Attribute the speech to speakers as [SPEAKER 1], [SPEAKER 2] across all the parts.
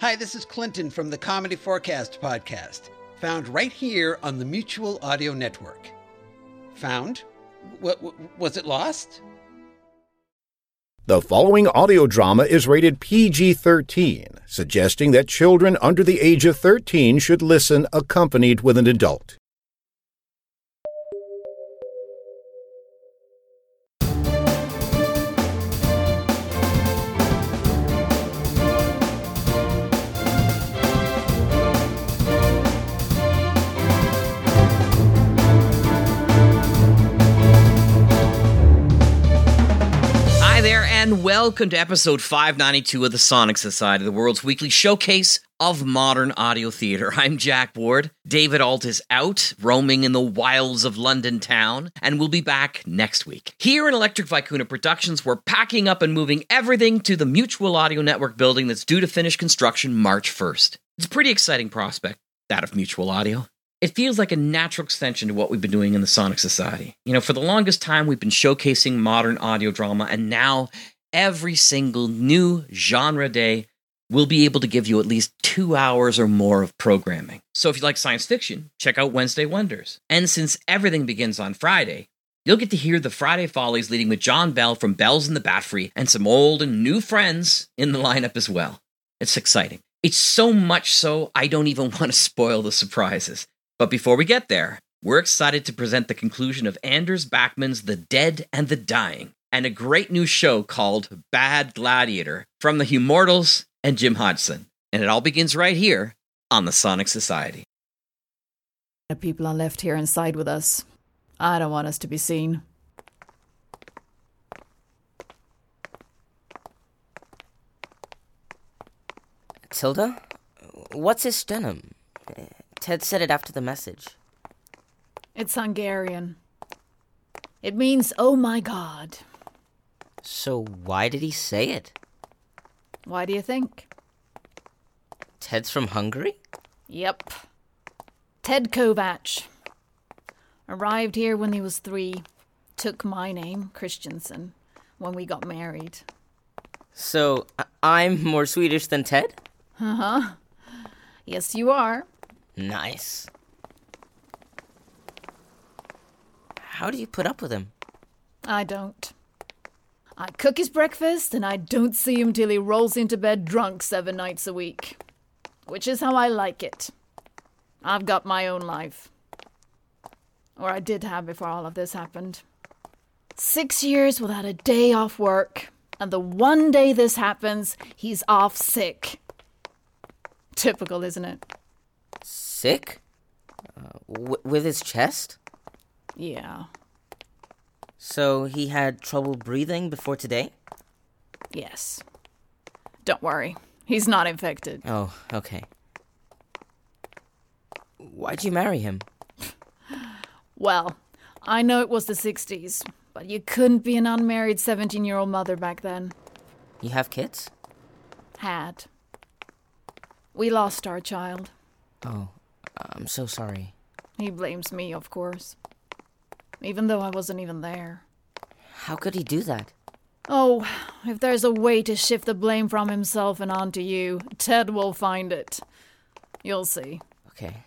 [SPEAKER 1] Hi, this is Clinton from the Comedy Forecast podcast, found right here on the Mutual Audio Network. Found? What, was it lost?
[SPEAKER 2] The following audio drama is rated PG 13, suggesting that children under the age of 13 should listen accompanied with an adult.
[SPEAKER 3] Hi there, and welcome to episode 592 of the Sonic Society, the world's weekly showcase of modern audio theater. I'm Jack Ward. David Alt is out, roaming in the wilds of London town, and we'll be back next week. Here in Electric Vicuna Productions, we're packing up and moving everything to the Mutual Audio Network building that's due to finish construction March 1st. It's a pretty exciting prospect, that of Mutual Audio it feels like a natural extension to what we've been doing in the Sonic Society. You know, for the longest time, we've been showcasing modern audio drama, and now every single new genre day will be able to give you at least two hours or more of programming. So if you like science fiction, check out Wednesday Wonders. And since everything begins on Friday, You'll get to hear the Friday Follies leading with John Bell from Bells in the Bat Free and some old and new friends in the lineup as well. It's exciting. It's so much so, I don't even want to spoil the surprises. But before we get there, we're excited to present the conclusion of Anders Backman's The Dead and the Dying and a great new show called Bad Gladiator from the Humortals and Jim Hodgson. And it all begins right here on the Sonic Society.
[SPEAKER 4] The people are left here inside with us. I don't want us to be seen.
[SPEAKER 5] Tilda? What's his denim? Uh, Ted said it after the message.
[SPEAKER 4] It's Hungarian. It means, oh my god.
[SPEAKER 5] So why did he say it?
[SPEAKER 4] Why do you think?
[SPEAKER 5] Ted's from Hungary?
[SPEAKER 4] Yep. Ted Kovac. Arrived here when he was three. Took my name, Christensen, when we got married.
[SPEAKER 5] So I- I'm more Swedish than Ted?
[SPEAKER 4] Uh-huh. Yes, you are.
[SPEAKER 5] Nice. How do you put up with him?
[SPEAKER 4] I don't. I cook his breakfast and I don't see him till he rolls into bed drunk seven nights a week. Which is how I like it. I've got my own life. Or I did have before all of this happened. Six years without a day off work, and the one day this happens, he's off sick. Typical, isn't it?
[SPEAKER 5] Sick? Uh, w- with his chest?
[SPEAKER 4] Yeah.
[SPEAKER 5] So he had trouble breathing before today?
[SPEAKER 4] Yes. Don't worry. He's not infected.
[SPEAKER 5] Oh, okay. Why'd you marry him?
[SPEAKER 4] Well, I know it was the 60s, but you couldn't be an unmarried 17 year old mother back then.
[SPEAKER 5] You have kids?
[SPEAKER 4] Had. We lost our child.
[SPEAKER 5] Oh, I'm so sorry.
[SPEAKER 4] He blames me, of course. Even though I wasn't even there.
[SPEAKER 5] How could he do that?
[SPEAKER 4] Oh, if there's a way to shift the blame from himself and onto you, Ted will find it. You'll see.
[SPEAKER 5] Okay.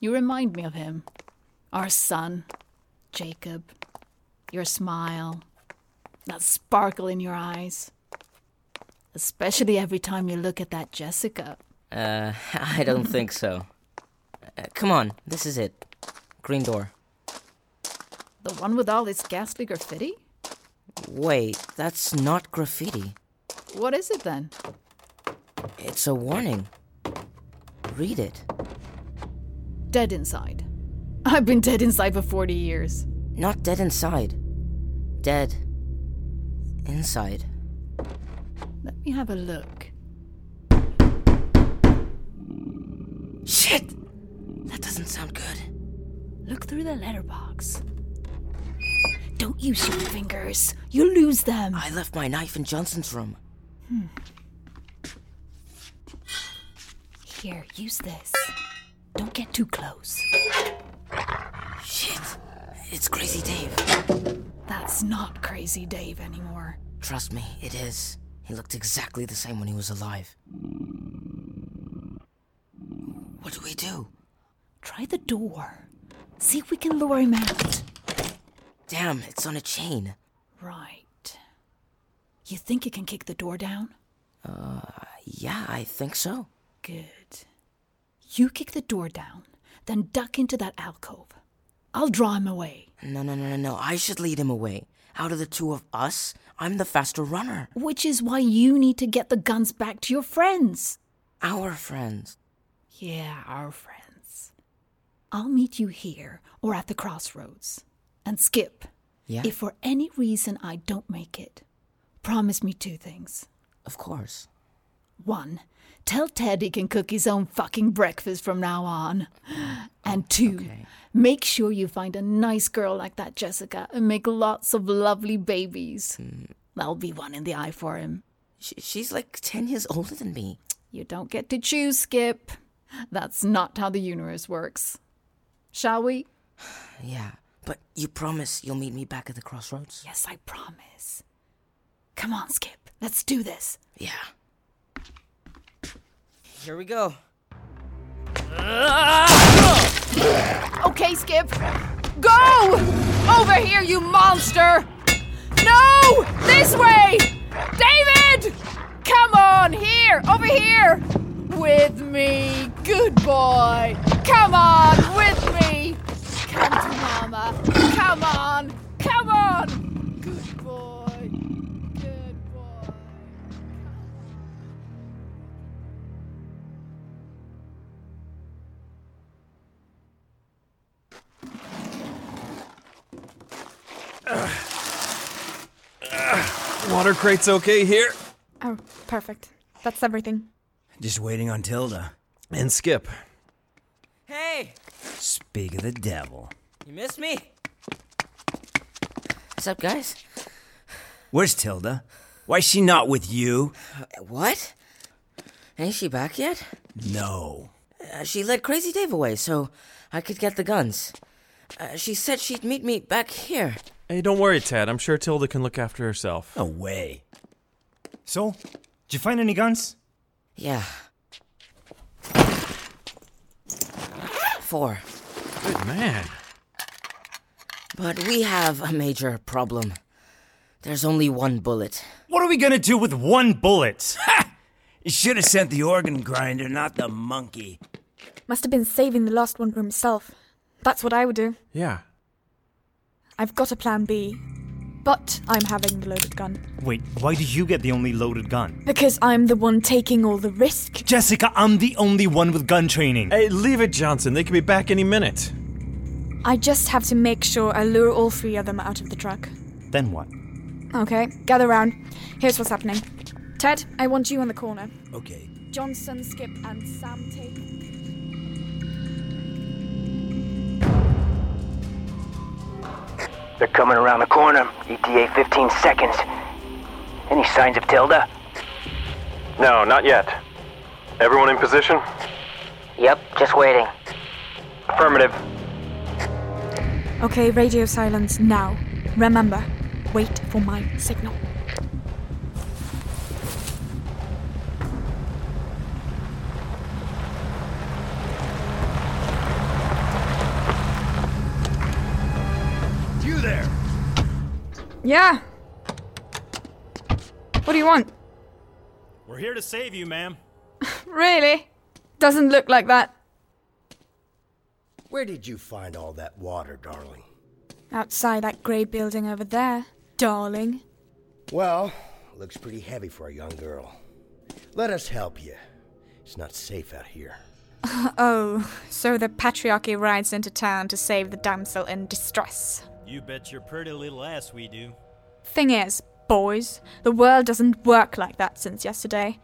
[SPEAKER 4] You remind me of him. Our son, Jacob. Your smile. That sparkle in your eyes. Especially every time you look at that Jessica.
[SPEAKER 5] Uh, I don't think so. Uh, come on, this is it. Green door.
[SPEAKER 4] The one with all this ghastly graffiti?
[SPEAKER 5] Wait, that's not graffiti.
[SPEAKER 4] What is it then?
[SPEAKER 5] It's a warning. Read it.
[SPEAKER 4] Dead inside. I've been dead inside for 40 years.
[SPEAKER 5] Not dead inside. Dead. Inside.
[SPEAKER 4] Let me have a look.
[SPEAKER 5] Shit! That doesn't sound good.
[SPEAKER 4] Look through the letterbox. Don't use your fingers. You'll lose them.
[SPEAKER 5] I left my knife in Johnson's room. Hmm.
[SPEAKER 4] Here, use this. Don't get too close.
[SPEAKER 5] Shit! It's Crazy Dave.
[SPEAKER 4] That's not Crazy Dave anymore.
[SPEAKER 5] Trust me, it is. He looked exactly the same when he was alive. What do we do?
[SPEAKER 4] Try the door. See if we can lure him out.
[SPEAKER 5] Damn, it's on a chain.
[SPEAKER 4] Right. You think you can kick the door down?
[SPEAKER 5] Uh, Yeah, I think so.
[SPEAKER 4] Good. You kick the door down, then duck into that alcove. I'll draw him away.
[SPEAKER 5] No, no, no, no, no. I should lead him away. Out of the two of us, I'm the faster runner.
[SPEAKER 4] Which is why you need to get the guns back to your friends.
[SPEAKER 5] Our friends.
[SPEAKER 4] Yeah, our friends. I'll meet you here or at the crossroads. And Skip,
[SPEAKER 5] Yeah,
[SPEAKER 4] if for any reason I don't make it, promise me two things.
[SPEAKER 5] of course.
[SPEAKER 4] One, tell Ted he can cook his own fucking breakfast from now on. And two,
[SPEAKER 5] okay.
[SPEAKER 4] make sure you find a nice girl like that Jessica and make lots of lovely babies. That'll be one in the eye for him.
[SPEAKER 5] Mm. Sh she's like 10 years older than me.
[SPEAKER 4] You don't get to choose, Skip. That's not how the universe works. Shall we?
[SPEAKER 5] Yeah, but you promise you'll meet me back at the crossroads?
[SPEAKER 4] Yes, I promise. Come on, Skip. Let's do this.
[SPEAKER 5] Yeah. Here we go.
[SPEAKER 4] Okay, Skip. Go! Over here, you monster! No! This way! David! Come on, here! Over here! With me! Good boy! Come on, with me! Come to Mama! Come on! Come on! Good boy! Good boy!
[SPEAKER 6] Water crate's okay here.
[SPEAKER 7] Oh, perfect. That's everything.
[SPEAKER 8] Just waiting on Tilda.
[SPEAKER 6] And Skip.
[SPEAKER 5] Hey!
[SPEAKER 8] Speak of the devil.
[SPEAKER 5] You missed me? What's up, guys?
[SPEAKER 8] Where's Tilda? Why's she not with you?
[SPEAKER 5] What? Ain't she back yet?
[SPEAKER 8] No.
[SPEAKER 5] Uh, she led Crazy Dave away so I could get the guns. Uh, she said she'd meet me back here.
[SPEAKER 6] Hey, don't worry, Ted. I'm sure Tilda can look after herself.
[SPEAKER 8] No way. So, did you find any guns?
[SPEAKER 5] Yeah. Four.
[SPEAKER 6] Good man.
[SPEAKER 5] But we have a major problem. There's only one bullet.
[SPEAKER 8] What are we gonna do with one bullet? Ha! You should have sent the organ grinder, not the monkey.
[SPEAKER 7] Must have been saving the last one for himself. That's what I would do.
[SPEAKER 6] Yeah.
[SPEAKER 7] I've got a plan B. But I'm having the loaded gun.
[SPEAKER 9] Wait, why did you get the only loaded gun?
[SPEAKER 7] Because I'm the one taking all the risk.
[SPEAKER 9] Jessica, I'm the only one with gun training.
[SPEAKER 6] Hey, leave it, Johnson. They could be back any minute.
[SPEAKER 7] I just have to make sure I lure all three of them out of the truck.
[SPEAKER 9] Then what?
[SPEAKER 7] Okay, gather round. Here's what's happening. Ted, I want you in the corner.
[SPEAKER 8] Okay.
[SPEAKER 7] Johnson, Skip, and Sam take.
[SPEAKER 10] They're coming around the corner. E ETA 15 seconds. Any signs of Tilda?
[SPEAKER 11] No, not yet. Everyone in position?
[SPEAKER 10] Yep, just waiting.
[SPEAKER 11] Affirmative.
[SPEAKER 7] Okay, radio silence now. Remember, wait for my signal.
[SPEAKER 8] You there!
[SPEAKER 7] Yeah! What do you want?
[SPEAKER 9] We're here to save you, ma'am.
[SPEAKER 7] Really? Doesn't look like that.
[SPEAKER 12] Where did you find all that water, darling?
[SPEAKER 7] Outside that grey building over there, darling.
[SPEAKER 12] Well, looks pretty heavy for a young girl. Let us help you. It's not safe out here.
[SPEAKER 7] Oh, so the patriarchy rides into town to save the damsel in distress.
[SPEAKER 9] You bet your pretty little ass we do.
[SPEAKER 7] Thing is, boys, the world doesn't work like that since yesterday.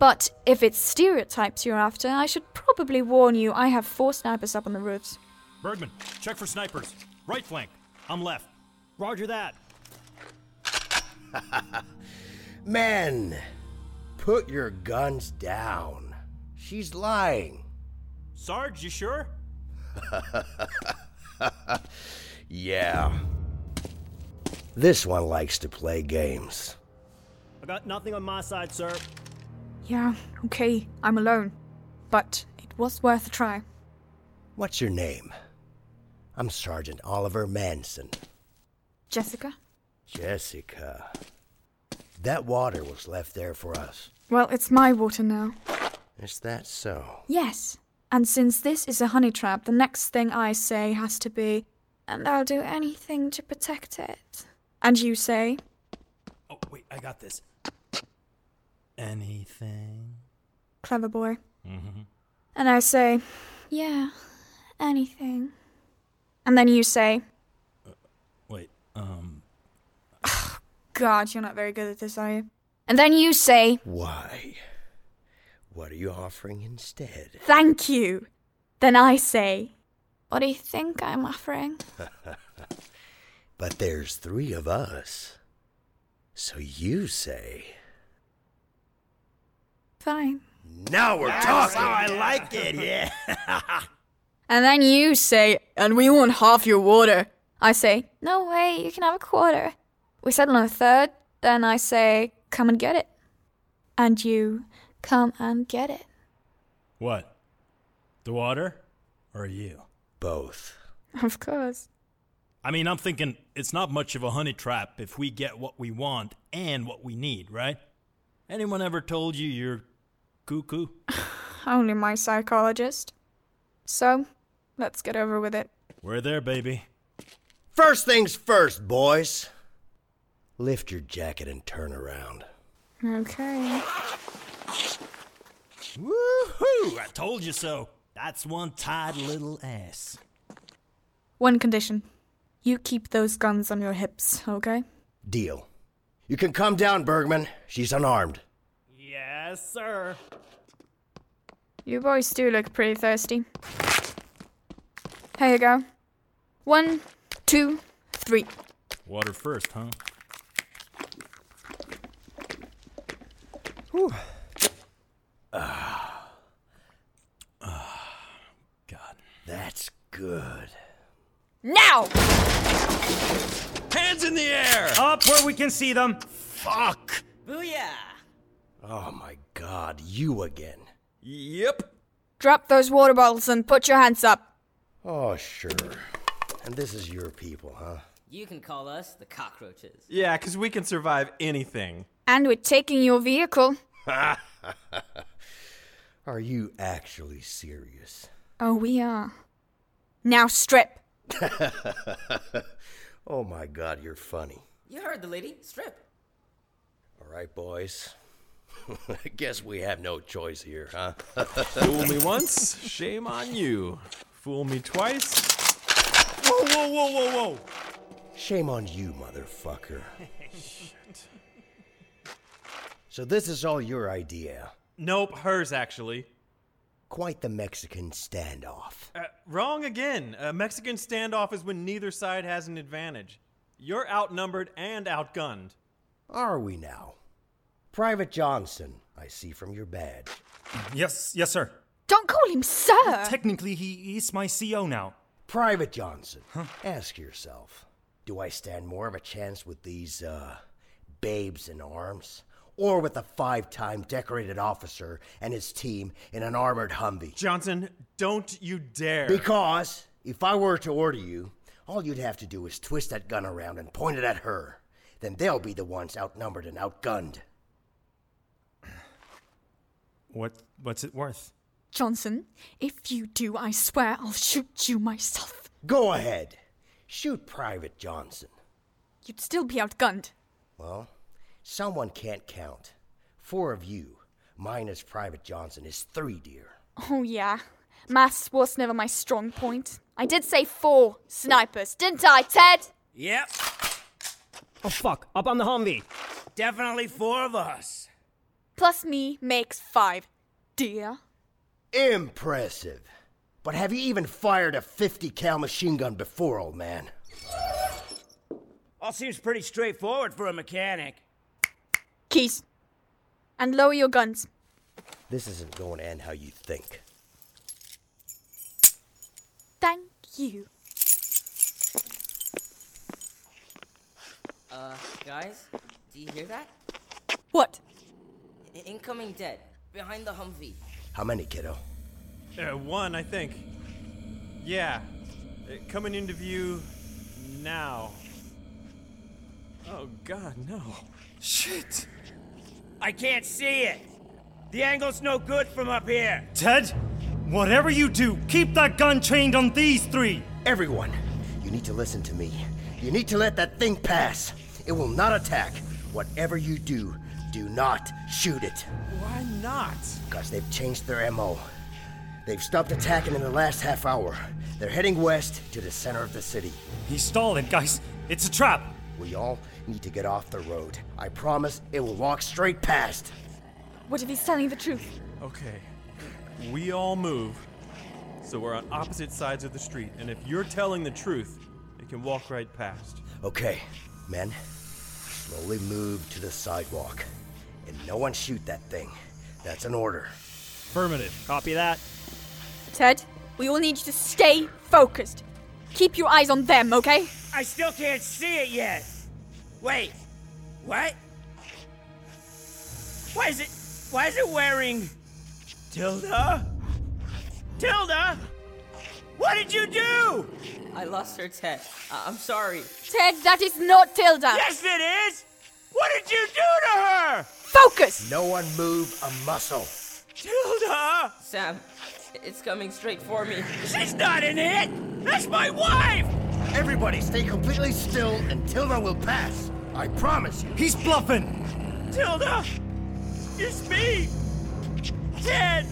[SPEAKER 7] But if it's stereotypes you're after, I should probably warn you I have four snipers up on the roofs.
[SPEAKER 9] Bergman, check for snipers. Right flank. I'm left. Roger that.
[SPEAKER 12] Men, put your guns down. She's lying.
[SPEAKER 9] Sarge, you sure?
[SPEAKER 12] Yeah. This one likes to play games.
[SPEAKER 9] I got nothing on my side, sir.
[SPEAKER 7] Yeah, okay, I'm alone. But it was worth a try.
[SPEAKER 12] What's your name? I'm Sergeant Oliver Manson.
[SPEAKER 7] Jessica?
[SPEAKER 12] Jessica. That water was left there for us.
[SPEAKER 7] Well, it's my water now.
[SPEAKER 12] Is that so?
[SPEAKER 7] Yes. And since this is a honey trap, the next thing I say has to be, and I'll do anything to protect it. And you say,
[SPEAKER 9] Oh, wait, I got this. Anything?
[SPEAKER 7] clever boy.
[SPEAKER 9] Mm-hmm.
[SPEAKER 7] And I say, yeah, anything. And then you say,
[SPEAKER 9] Wait, um.
[SPEAKER 7] God, you're not very good at this, are you? And then you say,
[SPEAKER 12] Why? What are you offering instead?
[SPEAKER 7] thank you. Then I say, what do you think I'm offering?
[SPEAKER 12] but there's three of us. So you say.
[SPEAKER 7] Fine.
[SPEAKER 12] Now we're
[SPEAKER 8] That's
[SPEAKER 12] talking!
[SPEAKER 8] how I like it, yeah.
[SPEAKER 7] And then you say, and we want half your water. I say, no way, you can have a quarter. We settle on a third. Then I say, come and get it. And you come and get it.
[SPEAKER 9] What? The water? Or you?
[SPEAKER 12] Both.
[SPEAKER 7] Of course.
[SPEAKER 9] I mean, I'm thinking it's not much of a honey trap if we get what we want and what we need, right? Anyone ever told you you're cuckoo?
[SPEAKER 7] Only my psychologist. So, let's get over with it.
[SPEAKER 9] We're there, baby.
[SPEAKER 12] First things first, boys. Lift your jacket and turn around.
[SPEAKER 7] Okay.
[SPEAKER 9] Woohoo! I told you so. That's one tied little ass.
[SPEAKER 7] One condition you keep those guns on your hips, okay?
[SPEAKER 12] Deal. You can come down, Bergman. She's unarmed.
[SPEAKER 9] Yes, sir.
[SPEAKER 7] You boys do look pretty thirsty. Here you go. One, two, three.
[SPEAKER 9] Water first, huh? Ah.
[SPEAKER 12] That's good.
[SPEAKER 7] Now!
[SPEAKER 9] Hands in the air!
[SPEAKER 8] Up where we can see them.
[SPEAKER 9] Fuck!
[SPEAKER 5] Booyah!
[SPEAKER 12] Oh my god, you again.
[SPEAKER 9] Yep.
[SPEAKER 7] Drop those water bottles and put your hands up.
[SPEAKER 12] Oh, sure. And this is your people, huh?
[SPEAKER 5] You can call us the cockroaches.
[SPEAKER 6] Yeah, 'cause we can survive anything.
[SPEAKER 7] And we're taking your vehicle.
[SPEAKER 12] Are you actually serious?
[SPEAKER 7] Oh, we are. Now strip.
[SPEAKER 12] oh my god, you're funny.
[SPEAKER 5] You heard the lady. Strip.
[SPEAKER 12] All right, boys. I guess we have no choice here, huh?
[SPEAKER 6] Fool me once, shame on you. Fool me twice.
[SPEAKER 9] Whoa, whoa, whoa, whoa, whoa!
[SPEAKER 12] Shame on you, motherfucker. So this is all your idea.
[SPEAKER 6] Nope, hers actually.
[SPEAKER 12] Quite the Mexican standoff.
[SPEAKER 6] Uh, wrong again. A Mexican standoff is when neither side has an advantage. You're outnumbered and outgunned.
[SPEAKER 12] Are we now? Private Johnson, I see from your badge.
[SPEAKER 9] Yes, yes, sir.
[SPEAKER 7] Don't call him sir!
[SPEAKER 9] Technically, he is my CO now.
[SPEAKER 12] Private Johnson, ask yourself do I stand more of a chance with these, uh, babes in arms? Or with a five time decorated officer and his team in an armored Humvee?
[SPEAKER 6] Johnson, don't you dare.
[SPEAKER 12] Because if I were to order you, all you'd have to do is twist that gun around and point it at her. Then they'll be the ones outnumbered and outgunned.
[SPEAKER 9] What? What's it worth?
[SPEAKER 7] Johnson, if you do, I swear I'll shoot you myself.
[SPEAKER 12] Go ahead. Shoot Private Johnson.
[SPEAKER 7] You'd still be outgunned.
[SPEAKER 12] Well, someone can't count. Four of you, minus Private Johnson, is three, dear.
[SPEAKER 7] Oh, yeah. Maths was never my strong point. I did say four snipers, didn't I, Ted?
[SPEAKER 8] Yep,
[SPEAKER 9] Oh fuck! Up on the Humvee.
[SPEAKER 8] definitely four of us.
[SPEAKER 7] Plus me makes five, dear.
[SPEAKER 12] Impressive. But have you even fired a 50 cal machine gun before, old man?
[SPEAKER 8] All seems pretty straightforward for a mechanic.
[SPEAKER 7] Keys. And lower your guns.
[SPEAKER 12] This isn't going to end how you think.
[SPEAKER 7] Thank you.
[SPEAKER 5] Uh, guys, do you hear that?
[SPEAKER 7] What?
[SPEAKER 5] Incoming dead. Behind the Humvee.
[SPEAKER 12] How many, kiddo?
[SPEAKER 6] Uh, one, I think. Yeah. Uh, coming into view now. Oh, God, no.
[SPEAKER 8] Shit! I can't see it! The angle's no good from up here!
[SPEAKER 13] Ted, whatever you do, keep that gun trained on these three.
[SPEAKER 12] Everyone, you need to listen to me. You need to let that thing pass. It will not attack. Whatever you do, do not shoot it.
[SPEAKER 6] Why not?
[SPEAKER 12] Because they've changed their MO. They've stopped attacking in the last half hour. They're heading west to the center of the city.
[SPEAKER 13] He's stalling, guys. It's a trap.
[SPEAKER 12] We all need to get off the road. I promise it will walk straight past.
[SPEAKER 7] What if he's telling the truth?
[SPEAKER 6] Okay. We all move, so we're on opposite sides of the street, and if you're telling the truth, it can walk right past.
[SPEAKER 12] Okay, men, slowly move to the sidewalk. And no one shoot that thing. That's an order.
[SPEAKER 9] Affirmative. Copy that.
[SPEAKER 7] Ted, we all need you to stay focused. Keep your eyes on them, okay?
[SPEAKER 8] I still can't see it yet! Wait, what? Why is it. Why is it wearing. Tilda? Tilda? What did you do?
[SPEAKER 5] I lost her, Ted. I- I'm sorry.
[SPEAKER 7] Ted, that is not Tilda.
[SPEAKER 8] Yes, it is! What did you do to her?
[SPEAKER 7] Focus!
[SPEAKER 12] No one move a muscle.
[SPEAKER 8] Tilda!
[SPEAKER 5] Sam, it's coming straight for me.
[SPEAKER 8] She's not in it! That's my wife!
[SPEAKER 12] Everybody stay completely still and Tilda will pass. I promise you.
[SPEAKER 13] He's bluffing.
[SPEAKER 8] Tilda! It's me! Ted!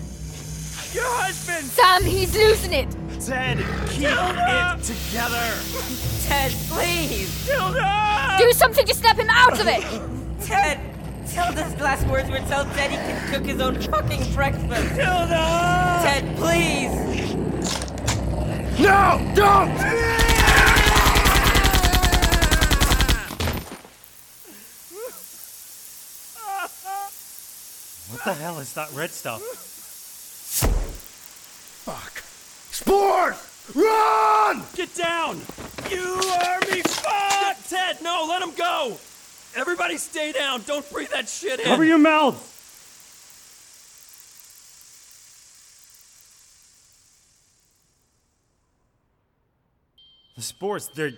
[SPEAKER 8] Your husband!
[SPEAKER 7] Sam, he's losing it!
[SPEAKER 9] Ted, keep
[SPEAKER 8] Tilda!
[SPEAKER 9] it together!
[SPEAKER 5] Ted, please!
[SPEAKER 8] Tilda!
[SPEAKER 7] Do something to snap him out of it!
[SPEAKER 5] Ted! Tilda's last words were tell Ted he can cook his own fucking breakfast!
[SPEAKER 8] Tilda!
[SPEAKER 5] Ted, please!
[SPEAKER 12] No! Don't!
[SPEAKER 13] What the hell is that red stuff?
[SPEAKER 12] Fuck. Spores! Run!
[SPEAKER 6] Get down! You are me fuck! Ted, no, let him go! Everybody stay down! Don't breathe that shit in!
[SPEAKER 13] Cover your mouth. The spores, they're.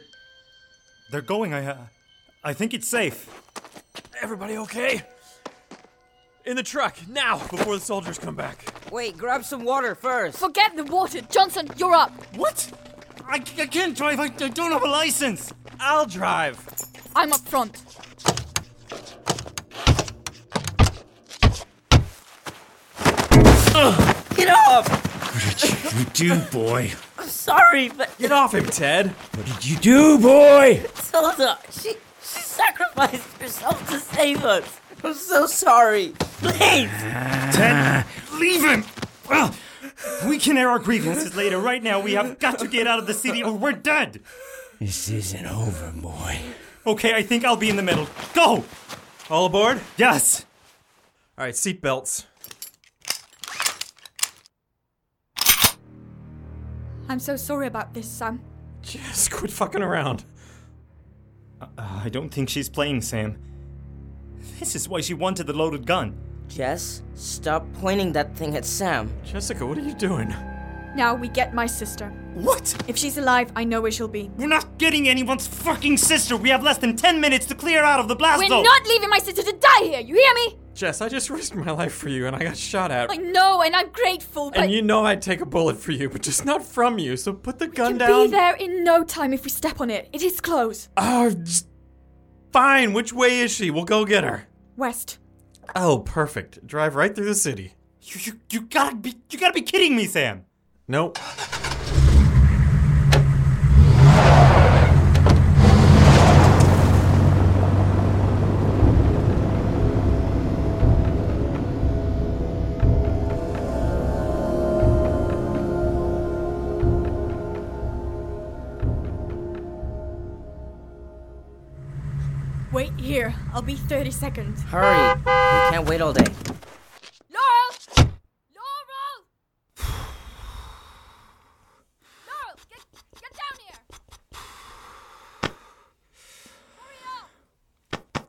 [SPEAKER 13] They're going. I, uh, I think it's safe.
[SPEAKER 6] Everybody okay? In the truck, now, before the soldiers come back.
[SPEAKER 5] Wait, grab some water first!
[SPEAKER 7] Forget the water! Johnson, you're up!
[SPEAKER 13] What? I, I can't drive. I, I don't have a license.
[SPEAKER 6] I'll drive.
[SPEAKER 7] I'm up front.
[SPEAKER 5] Get off!
[SPEAKER 8] What did you do, boy?
[SPEAKER 5] I'm sorry, but
[SPEAKER 6] Get off him, Ted!
[SPEAKER 8] What did you do, boy?
[SPEAKER 5] Tilda, she, she sacrificed herself to save us! I'm so sorry! Please!
[SPEAKER 13] Ted, leave him! Ugh. We can air our grievances later. Right now, we have got to get out of the city or we're dead.
[SPEAKER 8] This isn't over, boy.
[SPEAKER 13] Okay, I think I'll be in the middle. Go!
[SPEAKER 6] All aboard?
[SPEAKER 13] Yes!
[SPEAKER 6] Alright, seatbelts.
[SPEAKER 7] I'm so sorry about this, Sam.
[SPEAKER 6] Just quit fucking around.
[SPEAKER 13] Uh, I don't think she's playing, Sam. This is why she wanted the loaded gun.
[SPEAKER 5] Jess, stop pointing that thing at Sam.
[SPEAKER 6] Jessica, what are you doing?
[SPEAKER 7] Now we get my sister.
[SPEAKER 13] What?
[SPEAKER 7] If she's alive, I know where she'll be.
[SPEAKER 13] We're not getting anyone's fucking sister. We have less than 10 minutes to clear out of the blast
[SPEAKER 7] We're
[SPEAKER 13] zone.
[SPEAKER 7] not leaving my sister to die here, you hear me?
[SPEAKER 6] Jess, I just risked my life for you and I got shot
[SPEAKER 13] Uh,
[SPEAKER 6] at.
[SPEAKER 7] I know, and I'm grateful, but
[SPEAKER 6] and you know I'd take a bullet for you, but just not from you, so put the gun
[SPEAKER 7] can
[SPEAKER 6] down.
[SPEAKER 7] be there in no time if we step on it. It is close.
[SPEAKER 6] Oh, just- fine. Which way is she? We'll go get her.
[SPEAKER 7] West.
[SPEAKER 6] Oh, perfect. Drive right through the city.
[SPEAKER 13] You, you, you gotta be, you gotta be kidding me, Sam.
[SPEAKER 6] Nope.
[SPEAKER 7] Wait here. I'll be 30 seconds.
[SPEAKER 5] Hurry! We can't wait all day.
[SPEAKER 7] Laurel! Laurel! Laurel, get, get down here!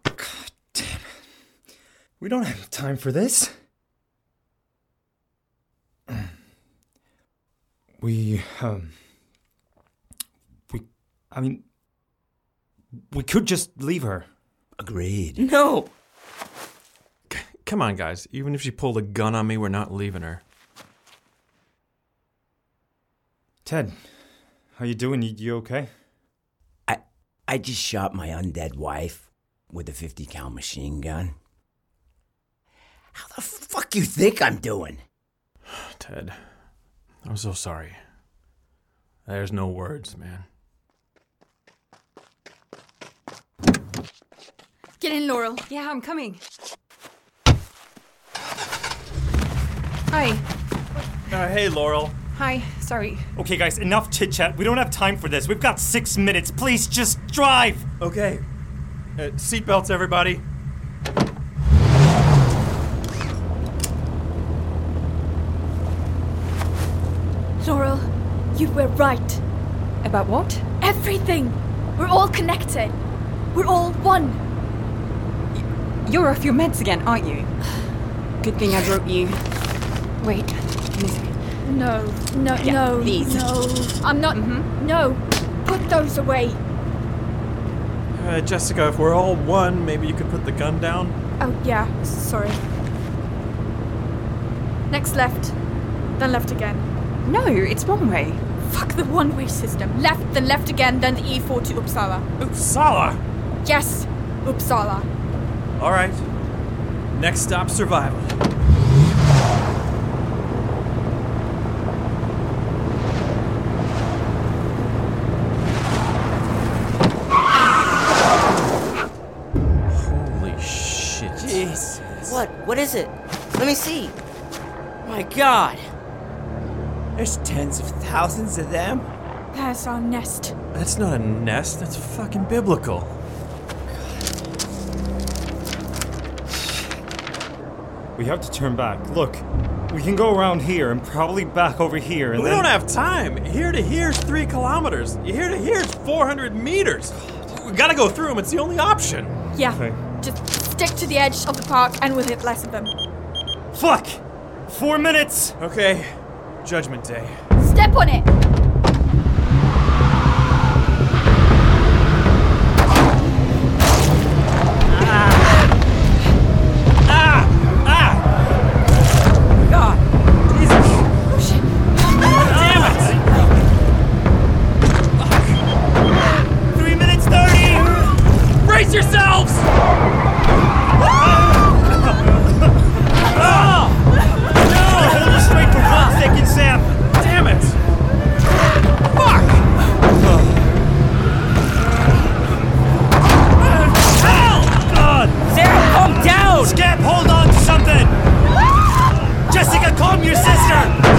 [SPEAKER 13] God damn it.
[SPEAKER 8] We don't have time for this. We, um. We. I mean. We could just leave her.
[SPEAKER 6] Agreed.
[SPEAKER 5] No!
[SPEAKER 6] Come on, guys. Even if she pulled a gun on me, we're not leaving her.
[SPEAKER 8] Ted, how you doing? You, you okay?
[SPEAKER 13] I just shot my undead wife with a 50 cal machine gun. How the fuck you think I'm doing?
[SPEAKER 6] Ted, I'm so sorry. There's no words, man.
[SPEAKER 14] Get in, Laurel. Yeah, I'm coming. Hi.
[SPEAKER 8] Uh, hey, Laurel.
[SPEAKER 14] Hi. Sorry.
[SPEAKER 8] Okay, guys, enough chit chat. We don't have time for this. We've got six minutes. Please just drive.
[SPEAKER 6] Okay. Uh, Seatbelts, everybody.
[SPEAKER 7] Laurel, you were right.
[SPEAKER 14] About what?
[SPEAKER 7] Everything! We're all connected. We're all one.
[SPEAKER 14] You're off your meds again, aren't you? Good thing I wrote you. Wait.
[SPEAKER 7] No, no,
[SPEAKER 14] Yeah, Mm-hmm.
[SPEAKER 7] no.
[SPEAKER 14] these.
[SPEAKER 7] No. I'm not. No. Put those away.
[SPEAKER 6] Uh, Jessica, if we're all one, maybe you could put the gun down.
[SPEAKER 7] Oh, yeah. Sorry. Next left. Then left again.
[SPEAKER 14] No, it's one way.
[SPEAKER 7] Fuck the one way system. Left, then left again, then the E4 to Uppsala.
[SPEAKER 6] Uppsala!
[SPEAKER 7] Yes, Uppsala.
[SPEAKER 6] All right. Next stop, survival. Holy shit.
[SPEAKER 5] Jeez. What? What is it? Let me see. My god.
[SPEAKER 15] There's tens of thousands of them.
[SPEAKER 7] There's our nest.
[SPEAKER 6] That's not a nest, that's fucking biblical.
[SPEAKER 8] We have to turn back. Look, we can go around here and probably back over here and
[SPEAKER 6] we
[SPEAKER 8] then.
[SPEAKER 6] don't have time. Here to here's three kilometers. Here to here's 400 meters. We gotta go through them. It's the only option.
[SPEAKER 7] Yeah. Just stick to the edge of the park and we'll hit less of them.
[SPEAKER 8] Fuck! Four minutes!
[SPEAKER 6] Okay, Judgment Day.
[SPEAKER 7] Step on it!
[SPEAKER 15] God. Jesus. Damn it. Three minutes thirty. Brace yourselves.
[SPEAKER 8] Hold us straight for one second, Sam!
[SPEAKER 6] Damn it!
[SPEAKER 8] God! Sarah, calm down! Skip, hold on to something! Jessica, calm your sister!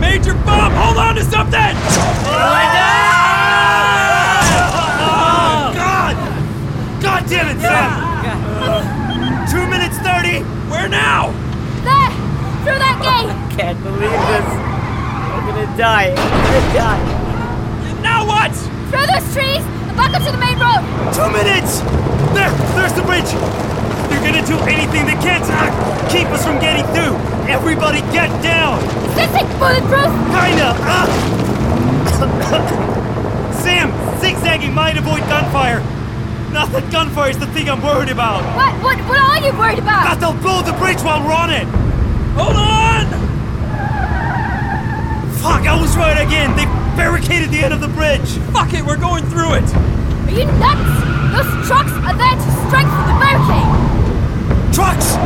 [SPEAKER 6] Major Bob, hold on to something!
[SPEAKER 8] God! God damn it, Sam! Two minutes thirty!
[SPEAKER 6] Where now?
[SPEAKER 7] There! Through that gate!
[SPEAKER 15] Can't believe this. I'm gonna die. I'm gonna die.
[SPEAKER 6] Now what?
[SPEAKER 7] Through those trees and back up to the main road!
[SPEAKER 8] Two minutes! There! There's the bridge! They're gonna do anything they can to uh, keep us from getting through! Everybody get down!
[SPEAKER 7] Is this thing bulletproof?
[SPEAKER 8] Kinda! ah. Sam, zigzagging might avoid gunfire! Not that gunfire is the thing I'm worried about!
[SPEAKER 7] What, what, what are you worried about?
[SPEAKER 8] That they'll blow the bridge while we're on it!
[SPEAKER 6] Hold on!
[SPEAKER 8] Fuck, I was right again! They barricaded the end of the bridge!
[SPEAKER 6] Fuck it, we're going through it!
[SPEAKER 7] Are you nuts? Those trucks are there to strengthen the barricade!
[SPEAKER 8] Trucks!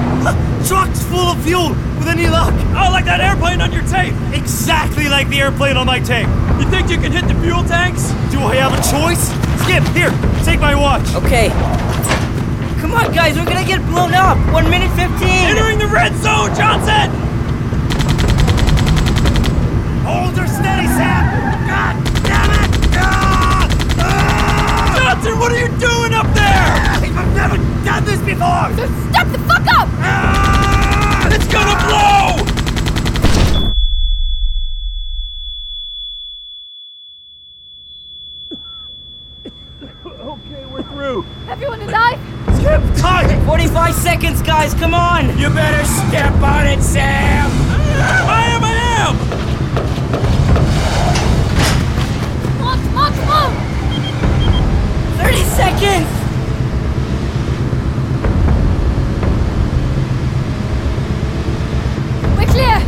[SPEAKER 8] Trucks full of fuel with any luck!
[SPEAKER 6] Oh, like that airplane on your tape!
[SPEAKER 8] Exactly like the airplane on my tape!
[SPEAKER 6] You think you can hit the fuel tanks?
[SPEAKER 8] Do I have a choice? Skip, here, take my watch!
[SPEAKER 5] Okay. Come on, guys. We're gonna get blown up. One minute fifteen.
[SPEAKER 6] Entering the red zone, Johnson!
[SPEAKER 8] Hold her steady, Sam! God damn it!
[SPEAKER 6] Ah! Johnson, what are you doing up there?
[SPEAKER 8] I've never done this before!
[SPEAKER 7] Step the fuck up!
[SPEAKER 6] Ah, It's gonna blow! Okay, we're through.
[SPEAKER 5] 45 seconds, guys, come on!
[SPEAKER 8] You better step on it, Sam! I am, I am!
[SPEAKER 16] Come on, come on, come on!
[SPEAKER 5] 30 seconds!
[SPEAKER 16] We're clear!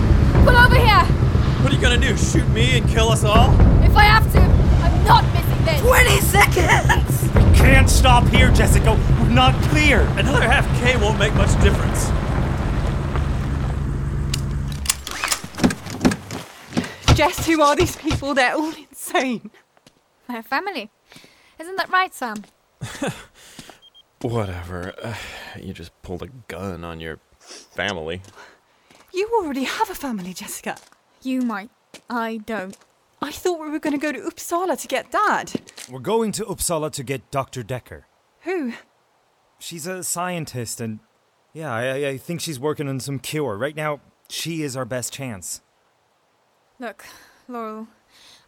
[SPEAKER 16] Pull over here!
[SPEAKER 6] What are you gonna do? Shoot me and kill us all?
[SPEAKER 16] If I have to, I'm not missing this!
[SPEAKER 5] 20 seconds!
[SPEAKER 13] Can't stop here, Jessica. We're not clear.
[SPEAKER 6] Another half K won't make much difference.
[SPEAKER 17] Jess, who are these people? They're all insane.
[SPEAKER 7] My family. Isn't that right, Sam?
[SPEAKER 18] Whatever. Uh, you just pulled a gun on your family.
[SPEAKER 17] You already have a family, Jessica.
[SPEAKER 7] You might. I don't.
[SPEAKER 17] I thought we were going to go to Uppsala to get Dad.
[SPEAKER 13] We're going to Uppsala to get Dr. Decker.
[SPEAKER 17] Who?
[SPEAKER 13] She's a scientist, and yeah, I, I- I think she's working on some cure. Right now, she is our best chance.
[SPEAKER 7] Look, Laurel.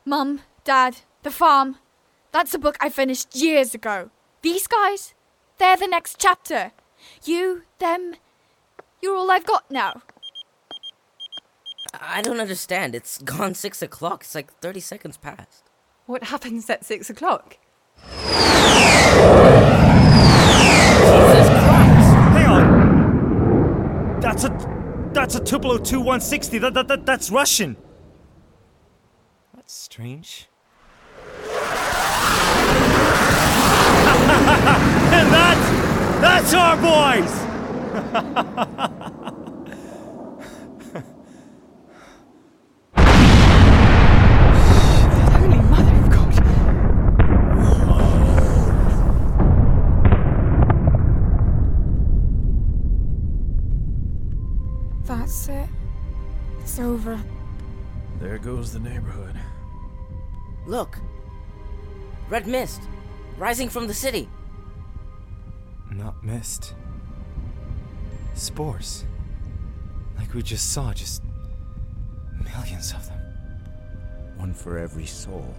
[SPEAKER 7] Mum, Dad, the farm. That's a book I finished years ago. These guys, they're the next chapter. You, them, you're all I've got now.
[SPEAKER 5] I don't understand. It's gone 6 o'clock. It's like 30 seconds past.
[SPEAKER 17] What happens at six o'clock?
[SPEAKER 13] Hang on. That's a that's a Tupelo 2160. That, that, that that's Russian. That's strange. and that that's our boys.
[SPEAKER 17] Holy mother of God.
[SPEAKER 7] That's it. It's over.
[SPEAKER 18] There goes the neighborhood.
[SPEAKER 5] Look. Red mist. Rising from the city.
[SPEAKER 13] Not mist. Spores. Like we just saw, just millions of them.
[SPEAKER 19] One for every soul.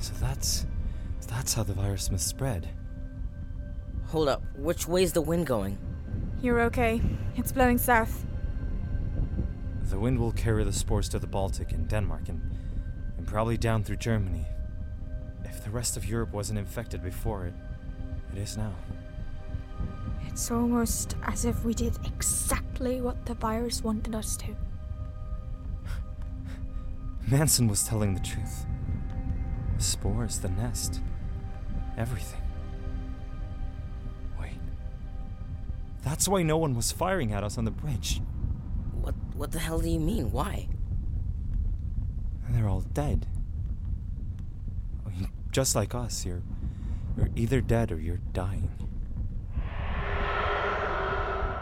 [SPEAKER 13] So that's that's how the virus must spread.
[SPEAKER 5] Hold up. Which way's the wind going?
[SPEAKER 7] You're okay. It's blowing south.
[SPEAKER 13] The wind will carry the spores to the Baltic and Denmark and, and probably down through Germany. If the rest of Europe wasn't infected before it, it is now.
[SPEAKER 7] It's almost as if we did exactly what the virus wanted us to.
[SPEAKER 13] Manson was telling the truth. The spores, the nest, everything. Wait. That's why no one was firing at us on the bridge.
[SPEAKER 5] What what the hell do you mean? Why?
[SPEAKER 13] They're all dead. I mean, just like us, you're you're either dead or you're dying.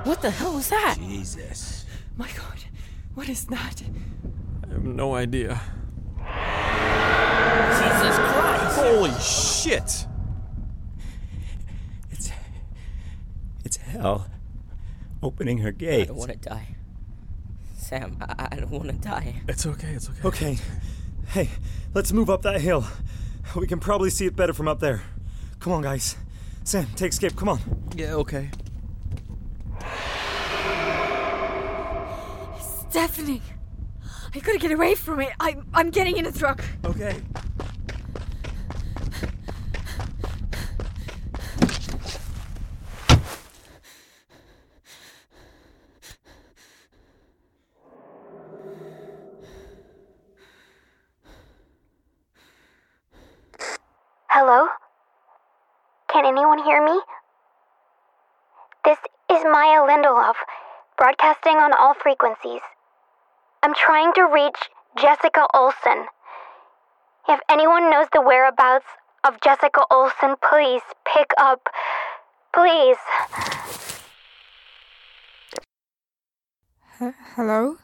[SPEAKER 5] What the hell was that?
[SPEAKER 18] Jesus.
[SPEAKER 17] My God. What is that?
[SPEAKER 18] I have no idea.
[SPEAKER 5] Jesus Christ!
[SPEAKER 18] Holy shit!
[SPEAKER 19] It's hell. Opening her gate.
[SPEAKER 5] I don't want to die. Sam, I, I don't want to die.
[SPEAKER 18] It's okay, it's okay.
[SPEAKER 13] Okay. Hey, let's move up that hill. We can probably see it better from up there. Come on, guys. Sam, take Skip. Come on.
[SPEAKER 18] Yeah, okay.
[SPEAKER 7] It's deafening. I gotta get away from it. I, I'm getting in a truck.
[SPEAKER 18] Okay.
[SPEAKER 20] Hello? Can anyone hear me? This is Maya Lindelof, broadcasting on all frequencies. I'm trying to reach Jessica Olson. If anyone knows the whereabouts of Jessica Olson, please pick up. Please.
[SPEAKER 7] H- hello?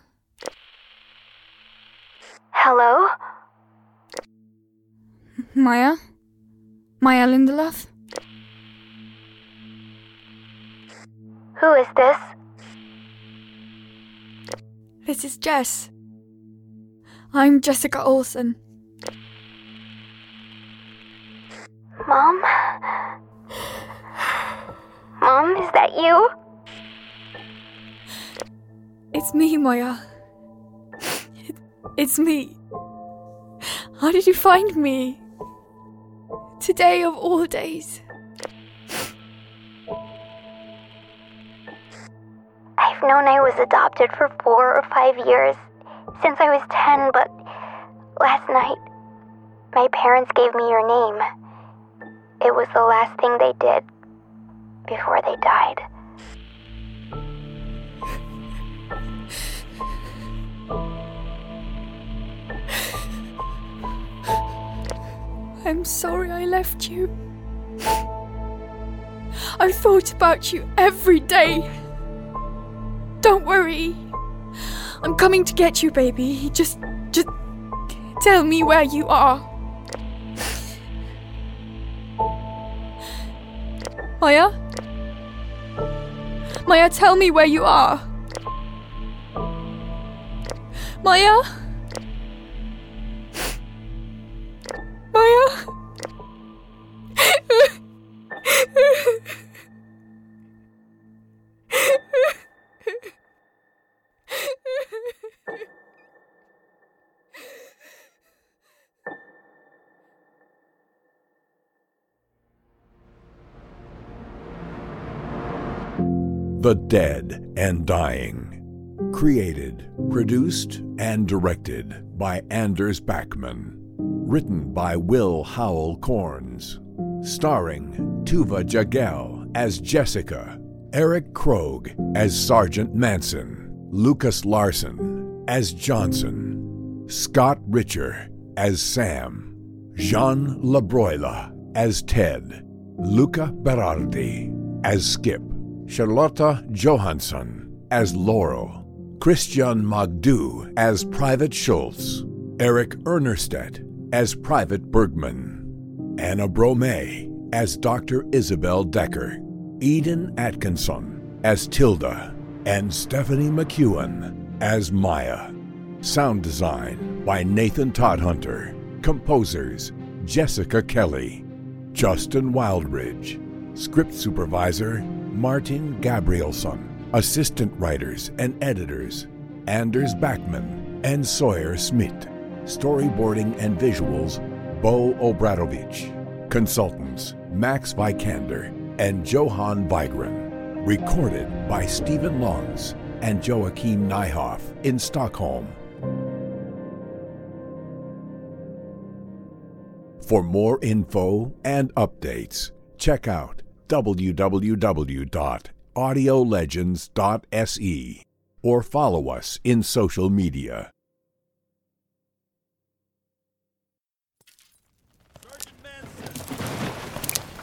[SPEAKER 20] Hello?
[SPEAKER 7] Maya? Maya Lindelof?
[SPEAKER 20] Who is this?
[SPEAKER 7] This is Jess. I'm Jessica Olson.
[SPEAKER 20] Mom? Mom, is that you?
[SPEAKER 7] It's me, Moya. It- It's me. How did you find me? Today of all days.
[SPEAKER 20] I've known I was adopted for four or five years, since I was 10, but last night, my parents gave me your name. It was the last thing they did before they died.
[SPEAKER 7] I'm sorry I left you. I thought about you every day. Don't worry. I'm coming to get you, baby. Just just tell me where you are. Maya? Maya, tell me where you are. Maya? Maya?
[SPEAKER 21] The Dead and Dying. Created, produced, and directed by Anders Backman. Written by Will Howell Corns. Starring Tuva Jagel as Jessica, Eric Krog as Sergeant Manson, Lucas Larson as Johnson, Scott Richer as Sam, Jean Labroila as Ted, Luca Berardi as Skip, Charlotta Johansson as Laurel, Christian Magdu as Private Schultz, Eric Ernerstedt as Private Bergman, Anna Brome as Dr. Isabel Decker, Eden Atkinson as Tilda, and Stephanie McEwen as Maya. Sound design by Nathan Todhunter. Composers Jessica Kelly, Justin Wildridge. Script supervisor Martin Gabrielson. Assistant writers and editors Anders Backman and Sawyer Smith. Storyboarding and visuals Bo Obradovich. Consultants Max Vikander and Johan Vigran. Recorded by Stephen Longs and Joachim Nyhoff in Stockholm. For more info and updates, check out www.audiolegends.se E or follow us in social media.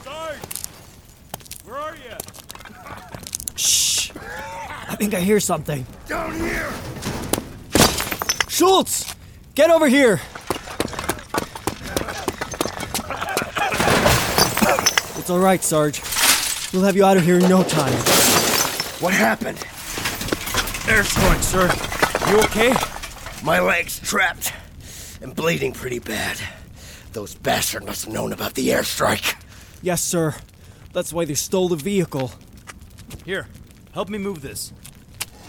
[SPEAKER 6] Sarge! Where are you?
[SPEAKER 22] Shh! I think I hear something.
[SPEAKER 6] Down here!
[SPEAKER 22] Schultz! Get over here! It's alright, Sarge. We'll have you out of here in no time.
[SPEAKER 12] What happened?
[SPEAKER 22] Air strike, sir. You okay?
[SPEAKER 12] My leg's trapped and bleeding pretty bad. Those bastards must have known about the airstrike.
[SPEAKER 22] Yes, sir. That's why they stole the vehicle.
[SPEAKER 9] Here, help me move this.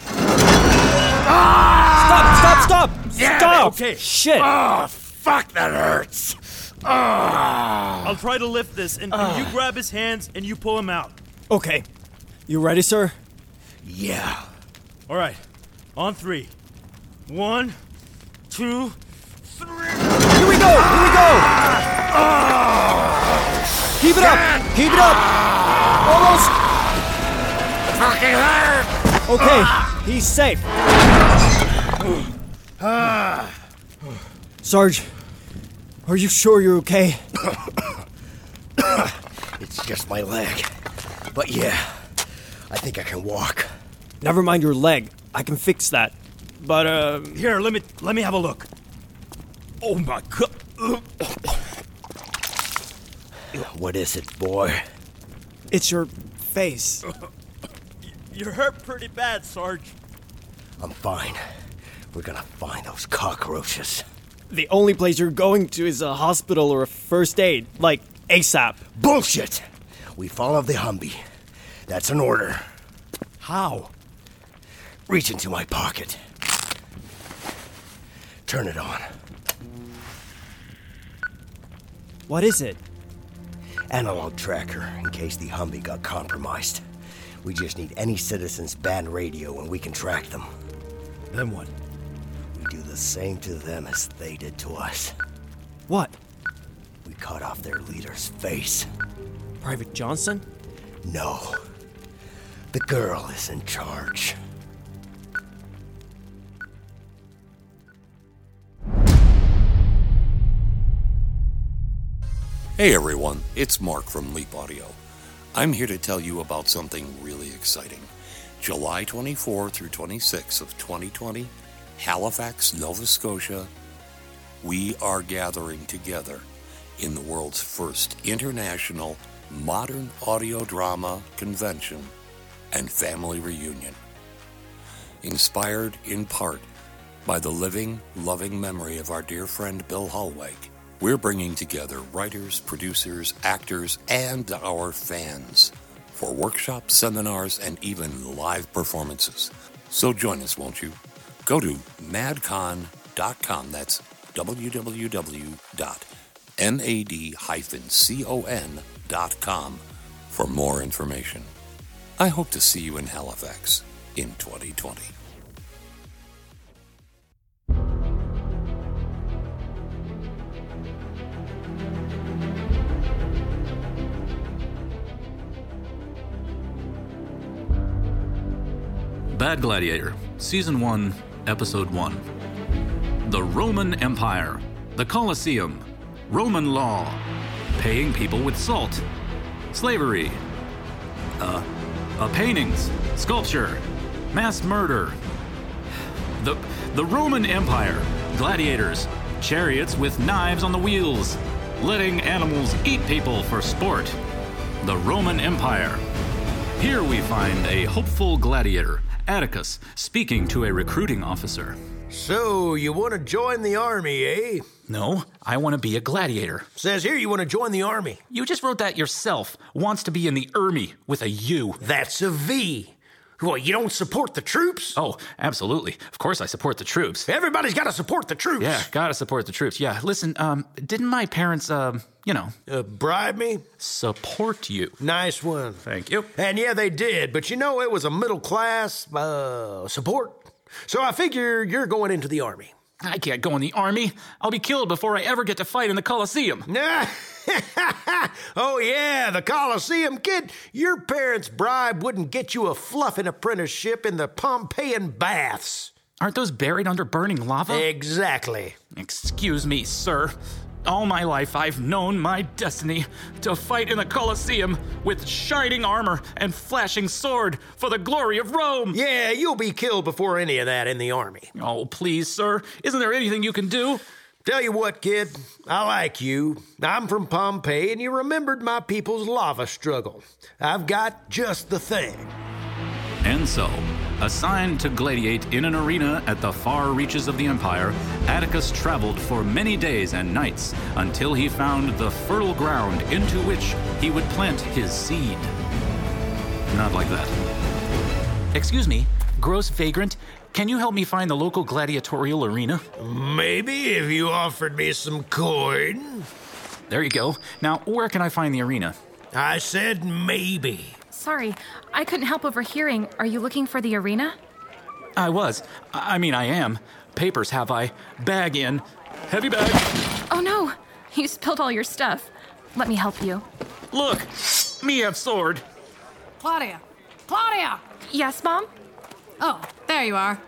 [SPEAKER 12] Ah!
[SPEAKER 22] Stop, stop, stop!
[SPEAKER 9] Damn
[SPEAKER 22] stop!
[SPEAKER 9] it. Okay.
[SPEAKER 22] Shit!
[SPEAKER 9] Ah,
[SPEAKER 12] fuck, that hurts! Ah.
[SPEAKER 9] I'll try to lift this, and, and you grab his hands and you pull him out.
[SPEAKER 22] Okay. You ready, sir?
[SPEAKER 12] Yeah.
[SPEAKER 9] All right, on three. One, two,
[SPEAKER 22] Here we go! Here we go!
[SPEAKER 12] Ah.
[SPEAKER 22] Keep it up! Keep it up! Almost!
[SPEAKER 12] Ah. Fucking hurt! Ah.
[SPEAKER 22] Okay, he's safe.
[SPEAKER 23] Ah.
[SPEAKER 22] Sarge, are you sure you're okay?
[SPEAKER 12] It's just my leg. But yeah, I think I can walk.
[SPEAKER 22] Never mind your leg. I can fix that. But uh
[SPEAKER 9] here, let me let me have a look. Oh my god. Ugh.
[SPEAKER 12] What is it, boy?
[SPEAKER 22] It's your face.
[SPEAKER 9] You're hurt pretty bad, Sarge.
[SPEAKER 12] I'm fine. We're gonna find those cockroaches.
[SPEAKER 22] The only place you're going to is a hospital or a first aid, like ASAP.
[SPEAKER 12] Bullshit! We follow the Humvee. That's an order.
[SPEAKER 19] How?
[SPEAKER 12] Reach into my pocket. Turn it on.
[SPEAKER 22] What is it?
[SPEAKER 12] Analog tracker, in case the Humvee got compromised. We just need any citizen's band radio and we can track them.
[SPEAKER 22] Then what?
[SPEAKER 12] We do the same to them as they did to us.
[SPEAKER 22] What?
[SPEAKER 12] We cut off their leader's face.
[SPEAKER 22] Private Johnson?
[SPEAKER 12] No. The girl is in charge.
[SPEAKER 24] Hey everyone, it's Mark from Leap Audio. I'm here to tell you about something really exciting. July 24 through 26 of 2020, Halifax, Nova Scotia, we are gathering together in the world's first international modern audio drama convention and family reunion. Inspired in part by the living, loving memory of our dear friend Bill Hallwake, we're bringing together writers, producers, actors, and our fans for workshops, seminars, and even live performances. So join us, won't you? Go to madcon.com. That's www.mad-con.com for more information. I hope to see you in Halifax in 2020.
[SPEAKER 25] Bad Gladiator, Season 1, Episode 1. The Roman Empire, the Colosseum, Roman law, paying people with salt, slavery, uh, uh, paintings, sculpture, mass murder. The, the Roman Empire, gladiators, chariots with knives on the wheels, letting animals eat people for sport. The Roman Empire, here we find a hopeful gladiator, Atticus, speaking to a recruiting officer.
[SPEAKER 23] So, you want to join the army, eh?
[SPEAKER 25] No, I want to be a gladiator.
[SPEAKER 23] Says here you want to join the army.
[SPEAKER 25] You just wrote that yourself. Wants to be in the army with a U.
[SPEAKER 23] That's a V. Well, you don't support the troops?
[SPEAKER 25] Oh, absolutely. Of course I support the troops.
[SPEAKER 23] Everybody's got to support the troops.
[SPEAKER 25] Yeah, gotta support the troops. Yeah, listen, um, didn't my parents, um, you know,
[SPEAKER 23] Uh, bribe me?
[SPEAKER 25] support you?
[SPEAKER 23] Nice one.
[SPEAKER 25] Thank you.
[SPEAKER 23] And yeah, they did, but you know, it was a middle class uh, support. So I figure you're going into the army.
[SPEAKER 25] I can't go in the army. I'll be killed before I ever get to fight in the Coliseum.
[SPEAKER 23] Nah. oh, yeah, the Coliseum. Kid, your parents' bribe wouldn't get you a fluffing apprenticeship in the Pompeian baths.
[SPEAKER 25] Aren't those buried under burning lava?
[SPEAKER 23] Exactly.
[SPEAKER 25] Excuse me, sir. All my life I've known my destiny to fight in the Colosseum with shining armor and flashing sword for the glory of Rome.
[SPEAKER 23] Yeah, you'll be killed before any of that in the army.
[SPEAKER 25] Oh, please, sir. Isn't there anything you can do?
[SPEAKER 23] Tell you what, kid, I like you. I'm from Pompeii, and you remembered my people's lava struggle. I've got just the thing.
[SPEAKER 25] And so, assigned to gladiate in an arena at the far reaches of the empire, Atticus traveled for many days and nights until he found the fertile ground into which he would plant his seed. Not like that. Excuse me, gross vagrant, can you help me find the local gladiatorial arena?
[SPEAKER 23] Maybe if you offered me some coin.
[SPEAKER 25] There you go. Now, where can I find the arena?
[SPEAKER 23] I said maybe.
[SPEAKER 14] Sorry, I couldn't help overhearing. Are you looking for the arena?
[SPEAKER 25] I was. I I mean, I am. Papers have I. Bag in. Heavy bag.
[SPEAKER 14] Oh no, you spilled all your stuff. Let me help you.
[SPEAKER 25] Look! Me have sword.
[SPEAKER 26] Claudia! Claudia!
[SPEAKER 14] Yes, Mom?
[SPEAKER 26] Oh, there you are.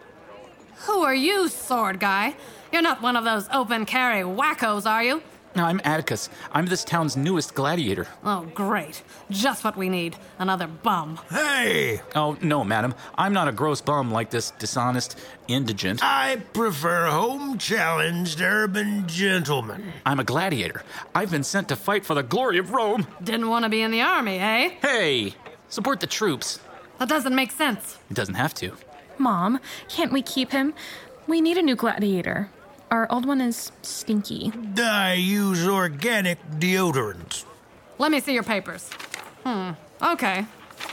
[SPEAKER 26] Who are you, sword guy? You're not one of those open carry wackos, are you?
[SPEAKER 25] Now, I'm Atticus. I'm this town's newest gladiator.
[SPEAKER 26] Oh, great. Just what we need. Another bum.
[SPEAKER 23] Hey!
[SPEAKER 25] Oh, no, madam. I'm not a gross bum like this dishonest indigent.
[SPEAKER 23] I prefer home challenged urban gentlemen.
[SPEAKER 25] I'm a gladiator. I've been sent to fight for the glory of Rome.
[SPEAKER 26] Didn't want to be in the army, eh?
[SPEAKER 25] Hey! Support the troops.
[SPEAKER 26] That doesn't make sense.
[SPEAKER 25] It doesn't have to.
[SPEAKER 14] Mom, can't we keep him? We need a new gladiator. Our old one is stinky.
[SPEAKER 23] I use organic deodorant.
[SPEAKER 26] Let me see your papers. Hmm. Okay.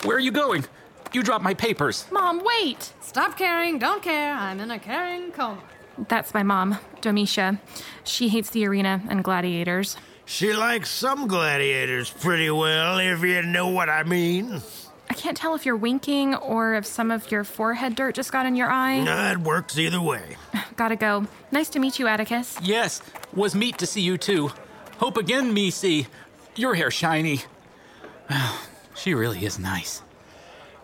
[SPEAKER 25] Where are you going? You dropped my papers.
[SPEAKER 26] Mom, wait! Stop caring, don't care. I'm in a caring coma.
[SPEAKER 14] That's my mom, Domitia. She hates the arena and gladiators.
[SPEAKER 23] She likes some gladiators pretty well, if you know what I mean.
[SPEAKER 14] I can't tell if you're winking or if some of your forehead dirt just got in your eye.
[SPEAKER 23] Nah, it works either way.
[SPEAKER 14] Gotta go. Nice to meet you, Atticus.
[SPEAKER 25] Yes, was meet to see you too. Hope again, me see. Your hair shiny. she really is nice.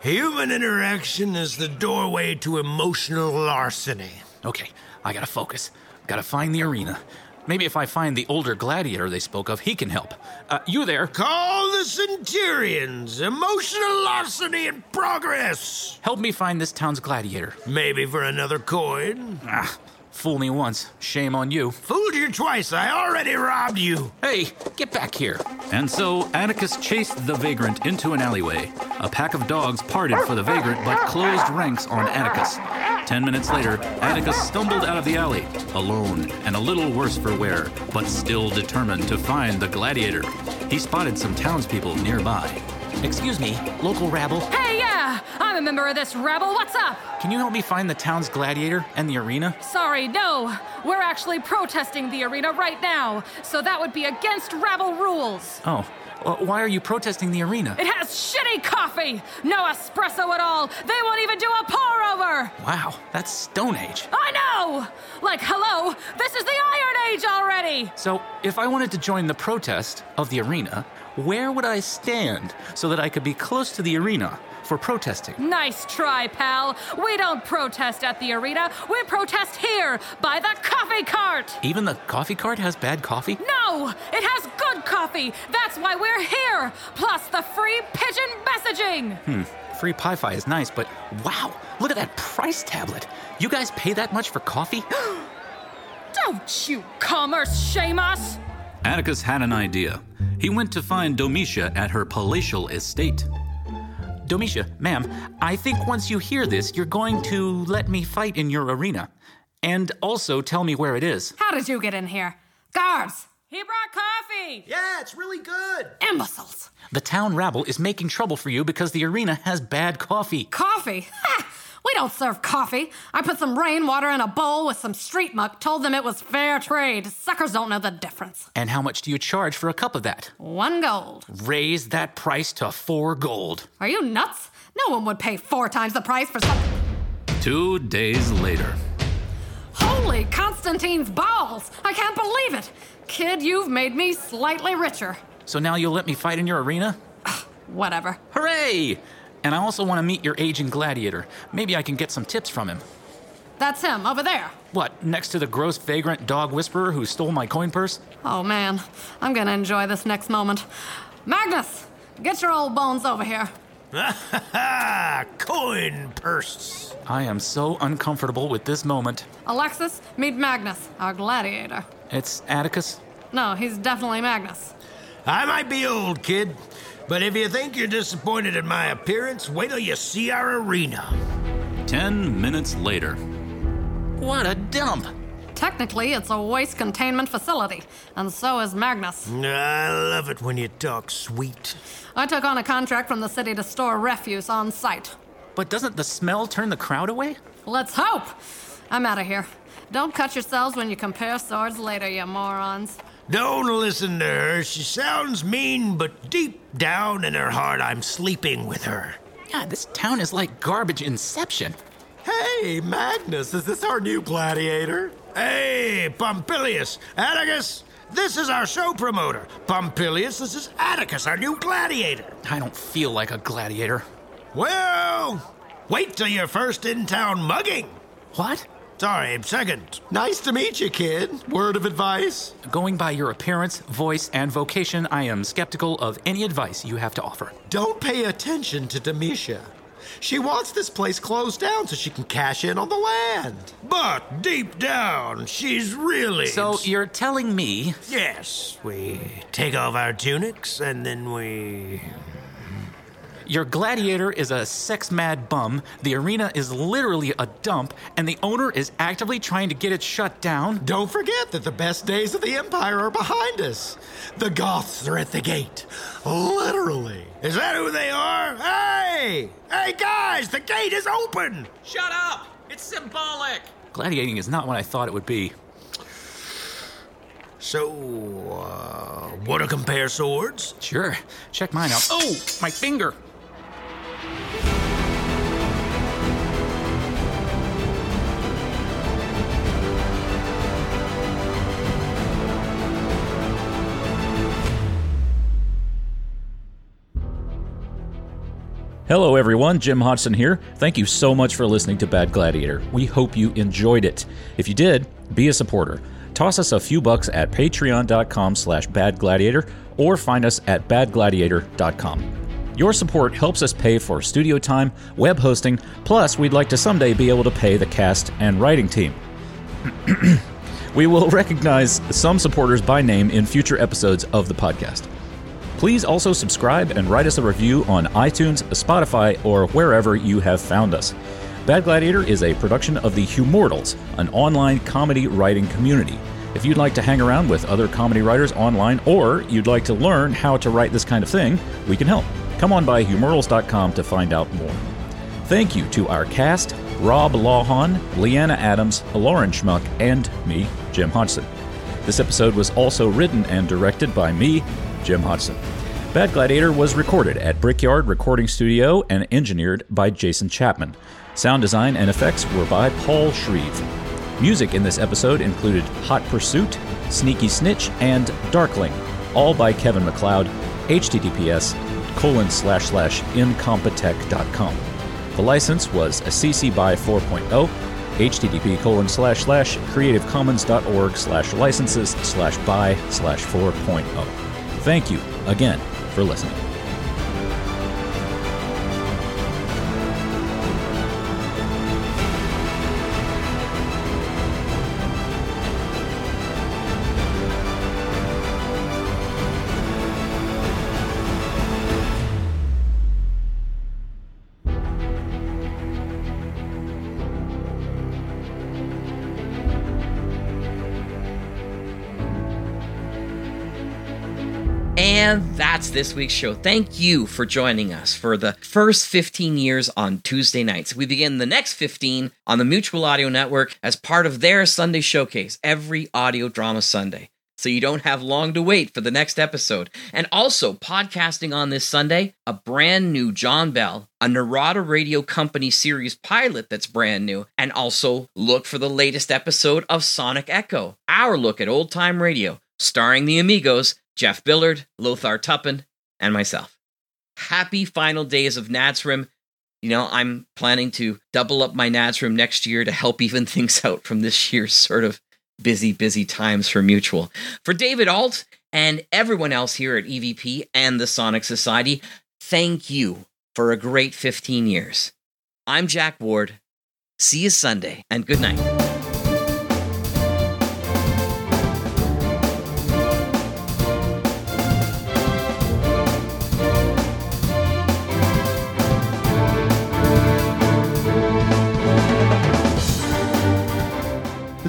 [SPEAKER 23] Human interaction is the doorway to emotional larceny.
[SPEAKER 25] Okay, I gotta focus. Gotta find the arena. Maybe if I find the older gladiator they spoke of, he can help. Uh, you there?
[SPEAKER 23] Call the Centurions! Emotional larceny in progress!
[SPEAKER 25] Help me find this town's gladiator.
[SPEAKER 23] Maybe for another coin?
[SPEAKER 25] Ah, fool me once. Shame on you.
[SPEAKER 23] Fooled you twice. I already robbed you.
[SPEAKER 25] Hey, get back here. And so Atticus chased the vagrant into an alleyway. A pack of dogs parted for the vagrant but closed ranks on Atticus. Ten minutes later, Atticus stumbled out of the alley, alone and a little worse for wear, but still determined to find the gladiator. He spotted some townspeople nearby. Excuse me, local rabble.
[SPEAKER 26] Hey, yeah! I'm a member of this rabble. What's up?
[SPEAKER 25] Can you help me find the town's gladiator and the arena?
[SPEAKER 26] Sorry, no. We're actually protesting the arena right now, so that would be against rabble rules.
[SPEAKER 25] Oh, well, why are you protesting the arena?
[SPEAKER 26] It has shitty coffee! No espresso at all! They won't even do a pour over!
[SPEAKER 25] Wow, that's Stone Age.
[SPEAKER 26] I know! Like, hello, this is the Iron Age already!
[SPEAKER 25] So, if I wanted to join the protest of the arena, where would I stand so that I could be close to the arena? for protesting.
[SPEAKER 26] Nice try, pal. We don't protest at the arena. We protest here by the coffee cart.
[SPEAKER 25] Even the coffee cart has bad coffee?
[SPEAKER 26] No, it has good coffee. That's why we're here. Plus the free pigeon messaging.
[SPEAKER 25] Hmm. Free Pi-Fi is nice, but wow, look at that price tablet. You guys pay that much for coffee?
[SPEAKER 26] don't you commerce shame us?
[SPEAKER 25] Atticus had an idea. He went to find Domitia at her palatial estate. Domitia, ma'am, I think once you hear this, you're going to let me fight in your arena. And also tell me where it is.
[SPEAKER 26] How did you get in here? Guards! He brought coffee!
[SPEAKER 23] Yeah, it's really good!
[SPEAKER 26] Imbeciles!
[SPEAKER 25] The town rabble is making trouble for you because the arena has bad coffee.
[SPEAKER 26] Coffee? we don't serve coffee. I put some rainwater in a bowl with some street muck, told them it was fair trade. Suckers don't know the difference.
[SPEAKER 25] And how much do you charge for a cup of that?
[SPEAKER 26] One gold.
[SPEAKER 25] Raise that price to four gold.
[SPEAKER 26] Are you nuts? No one would pay four times the price for something.
[SPEAKER 25] Two days later.
[SPEAKER 26] Holy Constantine's balls! I can't believe it! Kid, you've made me slightly richer.
[SPEAKER 25] So now you'll let me fight in your arena?
[SPEAKER 26] Whatever.
[SPEAKER 25] Hooray! And I also want to meet your aging gladiator. Maybe I can get some tips from him.
[SPEAKER 26] That's him, over there.
[SPEAKER 25] What, next to the gross vagrant dog whisperer who stole my coin purse?
[SPEAKER 26] Oh man, I'm gonna enjoy this next moment. Magnus, get your old bones over here.
[SPEAKER 23] coin purse.
[SPEAKER 25] I am so uncomfortable with this moment.
[SPEAKER 26] Alexis, meet Magnus, our gladiator.
[SPEAKER 25] It's Atticus?
[SPEAKER 26] No, he's definitely Magnus.
[SPEAKER 23] I might be old, kid, but if you think you're disappointed in my appearance, wait till you see our arena.
[SPEAKER 25] Ten minutes later. What a dump!
[SPEAKER 26] Technically, it's a waste containment facility, and so is Magnus.
[SPEAKER 23] I love it when you talk sweet.
[SPEAKER 26] I took on a contract from the city to store refuse on site.
[SPEAKER 25] But doesn't the smell turn the crowd away?
[SPEAKER 26] Let's hope! I'm out of here. Don't cut yourselves when you compare swords later, you morons.
[SPEAKER 23] Don't listen to her. She sounds mean, but deep down in her heart, I'm sleeping with her.
[SPEAKER 25] Yeah, this town is like garbage inception.
[SPEAKER 23] Hey, Magnus, is this our new gladiator? Hey, Pompilius, Atticus, this is our show promoter. Pompilius, this is Atticus, our new gladiator.
[SPEAKER 25] I don't feel like a gladiator.
[SPEAKER 23] Well, wait till your first in town mugging.
[SPEAKER 25] What?
[SPEAKER 23] Sorry, I'm second. Nice to meet you, kid. Word of advice?
[SPEAKER 25] Going by your appearance, voice, and vocation, I am skeptical of any advice you have to offer.
[SPEAKER 23] Don't pay attention to Demetia. She wants this place closed down so she can cash in on the land. But deep down, she's really.
[SPEAKER 25] So you're telling me.
[SPEAKER 23] Yes, we take off our tunics and then we.
[SPEAKER 25] Your gladiator is a sex mad bum, the arena is literally a dump, and the owner is actively trying to get it shut down.
[SPEAKER 23] Don't forget that the best days of the Empire are behind us. The Goths are at the gate. Literally. Is that who they are? Hey! Hey! Hey, guys! The gate is open!
[SPEAKER 27] Shut up! It's symbolic!
[SPEAKER 28] Gladiating is not what I thought it would be.
[SPEAKER 23] So, uh, want to compare swords?
[SPEAKER 28] Sure. Check mine out. Oh, my finger.
[SPEAKER 25] Hello, everyone. Jim Hodgson here. Thank you so much for listening to Bad Gladiator. We hope you enjoyed it. If you did, be a supporter. Toss us a few bucks at patreon.com slash badgladiator or find us at badgladiator.com. Your support helps us pay for studio time, web hosting, plus we'd like to someday be able to pay the cast and writing team. we will recognize some supporters by name in future episodes of the podcast. Please also subscribe and write us a review on iTunes, Spotify, or wherever you have found us. Bad Gladiator is a production of the Humortals, an online comedy writing community. If you'd like to hang around with other comedy writers online or you'd like to learn how to write this kind of thing, we can help. Come on by humortals.com to find out more. Thank you to our cast, Rob Lawhon, Leanna Adams, Lauren Schmuck, and me, Jim Hodgson. This episode was also written and directed by me, Jim Hodgson. Bad Gladiator was recorded at Brickyard Recording Studio and engineered by Jason Chapman. Sound design and effects were by Paul Shreve. Music in this episode included Hot Pursuit, Sneaky Snitch, and Darkling, all by Kevin McLeod, https colon slash slash incompetech.com. The license was a CC by oh, 4.0, http colon slash slash creativecommons.org slash licenses slash by slash 4.0. Thank you again for listening.
[SPEAKER 3] And that's this week's show. Thank you for joining us for the first 15 years on Tuesday nights. We begin the next 15 on the Mutual Audio Network as part of their Sunday showcase, every audio drama Sunday. So you don't have long to wait for the next episode. And also, podcasting on this Sunday, a brand new John Bell, a Narada Radio Company series pilot that's brand new. And also, look for the latest episode of Sonic Echo, our look at old time radio, starring the Amigos. Jeff Billard, Lothar Tuppen, and myself. Happy final days of Natsrim. You know, I'm planning to double up my Natsrim next year to help even things out from this year's sort of busy, busy times for Mutual. For David Alt and everyone else here at EVP and the Sonic Society, thank you for a great 15 years. I'm Jack Ward. See you Sunday, and good night.
[SPEAKER 29] The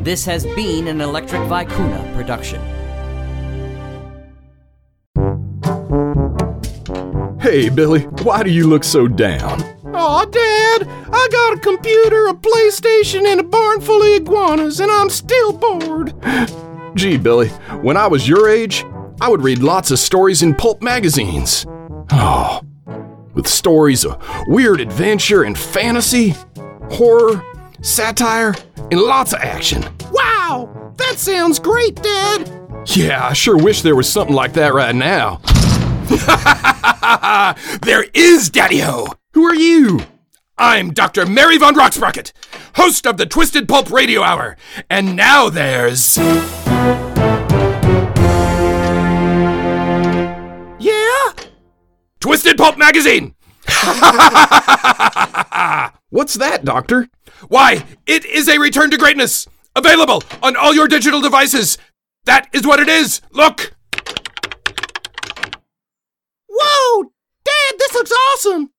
[SPEAKER 30] This has been an Electric Vicuna production.
[SPEAKER 31] Hey, Billy, why do you look so down?
[SPEAKER 10] Aw, Dad, I got a computer, a PlayStation, and a barn full of iguanas, and I'm still bored.
[SPEAKER 31] Gee, Billy, when I was your age, I would read lots of stories in pulp magazines. Oh, with stories of weird adventure and fantasy, horror, satire, and lots of action.
[SPEAKER 10] Wow, that sounds great, Dad. Yeah, I sure wish there was something like that right now. there is, Daddy Ho! Who are you? I'm Dr. Mary Von Rocksprocket, host of the Twisted Pulp Radio Hour, and now there's.
[SPEAKER 31] Yeah?
[SPEAKER 10] Twisted Pulp Magazine! What's that, Doctor? Why, it is a return to greatness! Available on all your digital devices! That is what it is! Look!
[SPEAKER 31] Whoa! Dad, this looks awesome!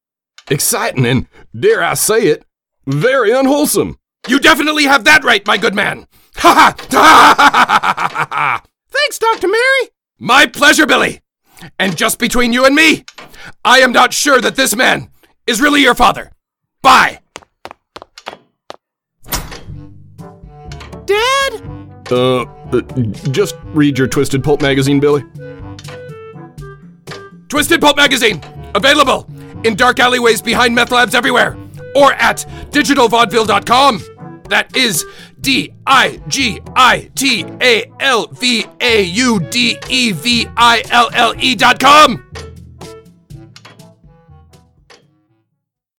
[SPEAKER 10] Exciting and, dare I say it, very unwholesome. You definitely have that right, my good man! Ha ha!
[SPEAKER 31] Thanks, Dr. Mary!
[SPEAKER 10] My pleasure, Billy! And just between you and me, I am not sure that this man is really your father. Bye!
[SPEAKER 31] Dad?
[SPEAKER 10] Uh, uh, just read your Twisted Pulp magazine, Billy. Twisted Pulp magazine! Available in dark alleyways behind meth labs everywhere! Or at digitalvaudeville.com! That is D I G I T A L V A U D E V I L L E dot com!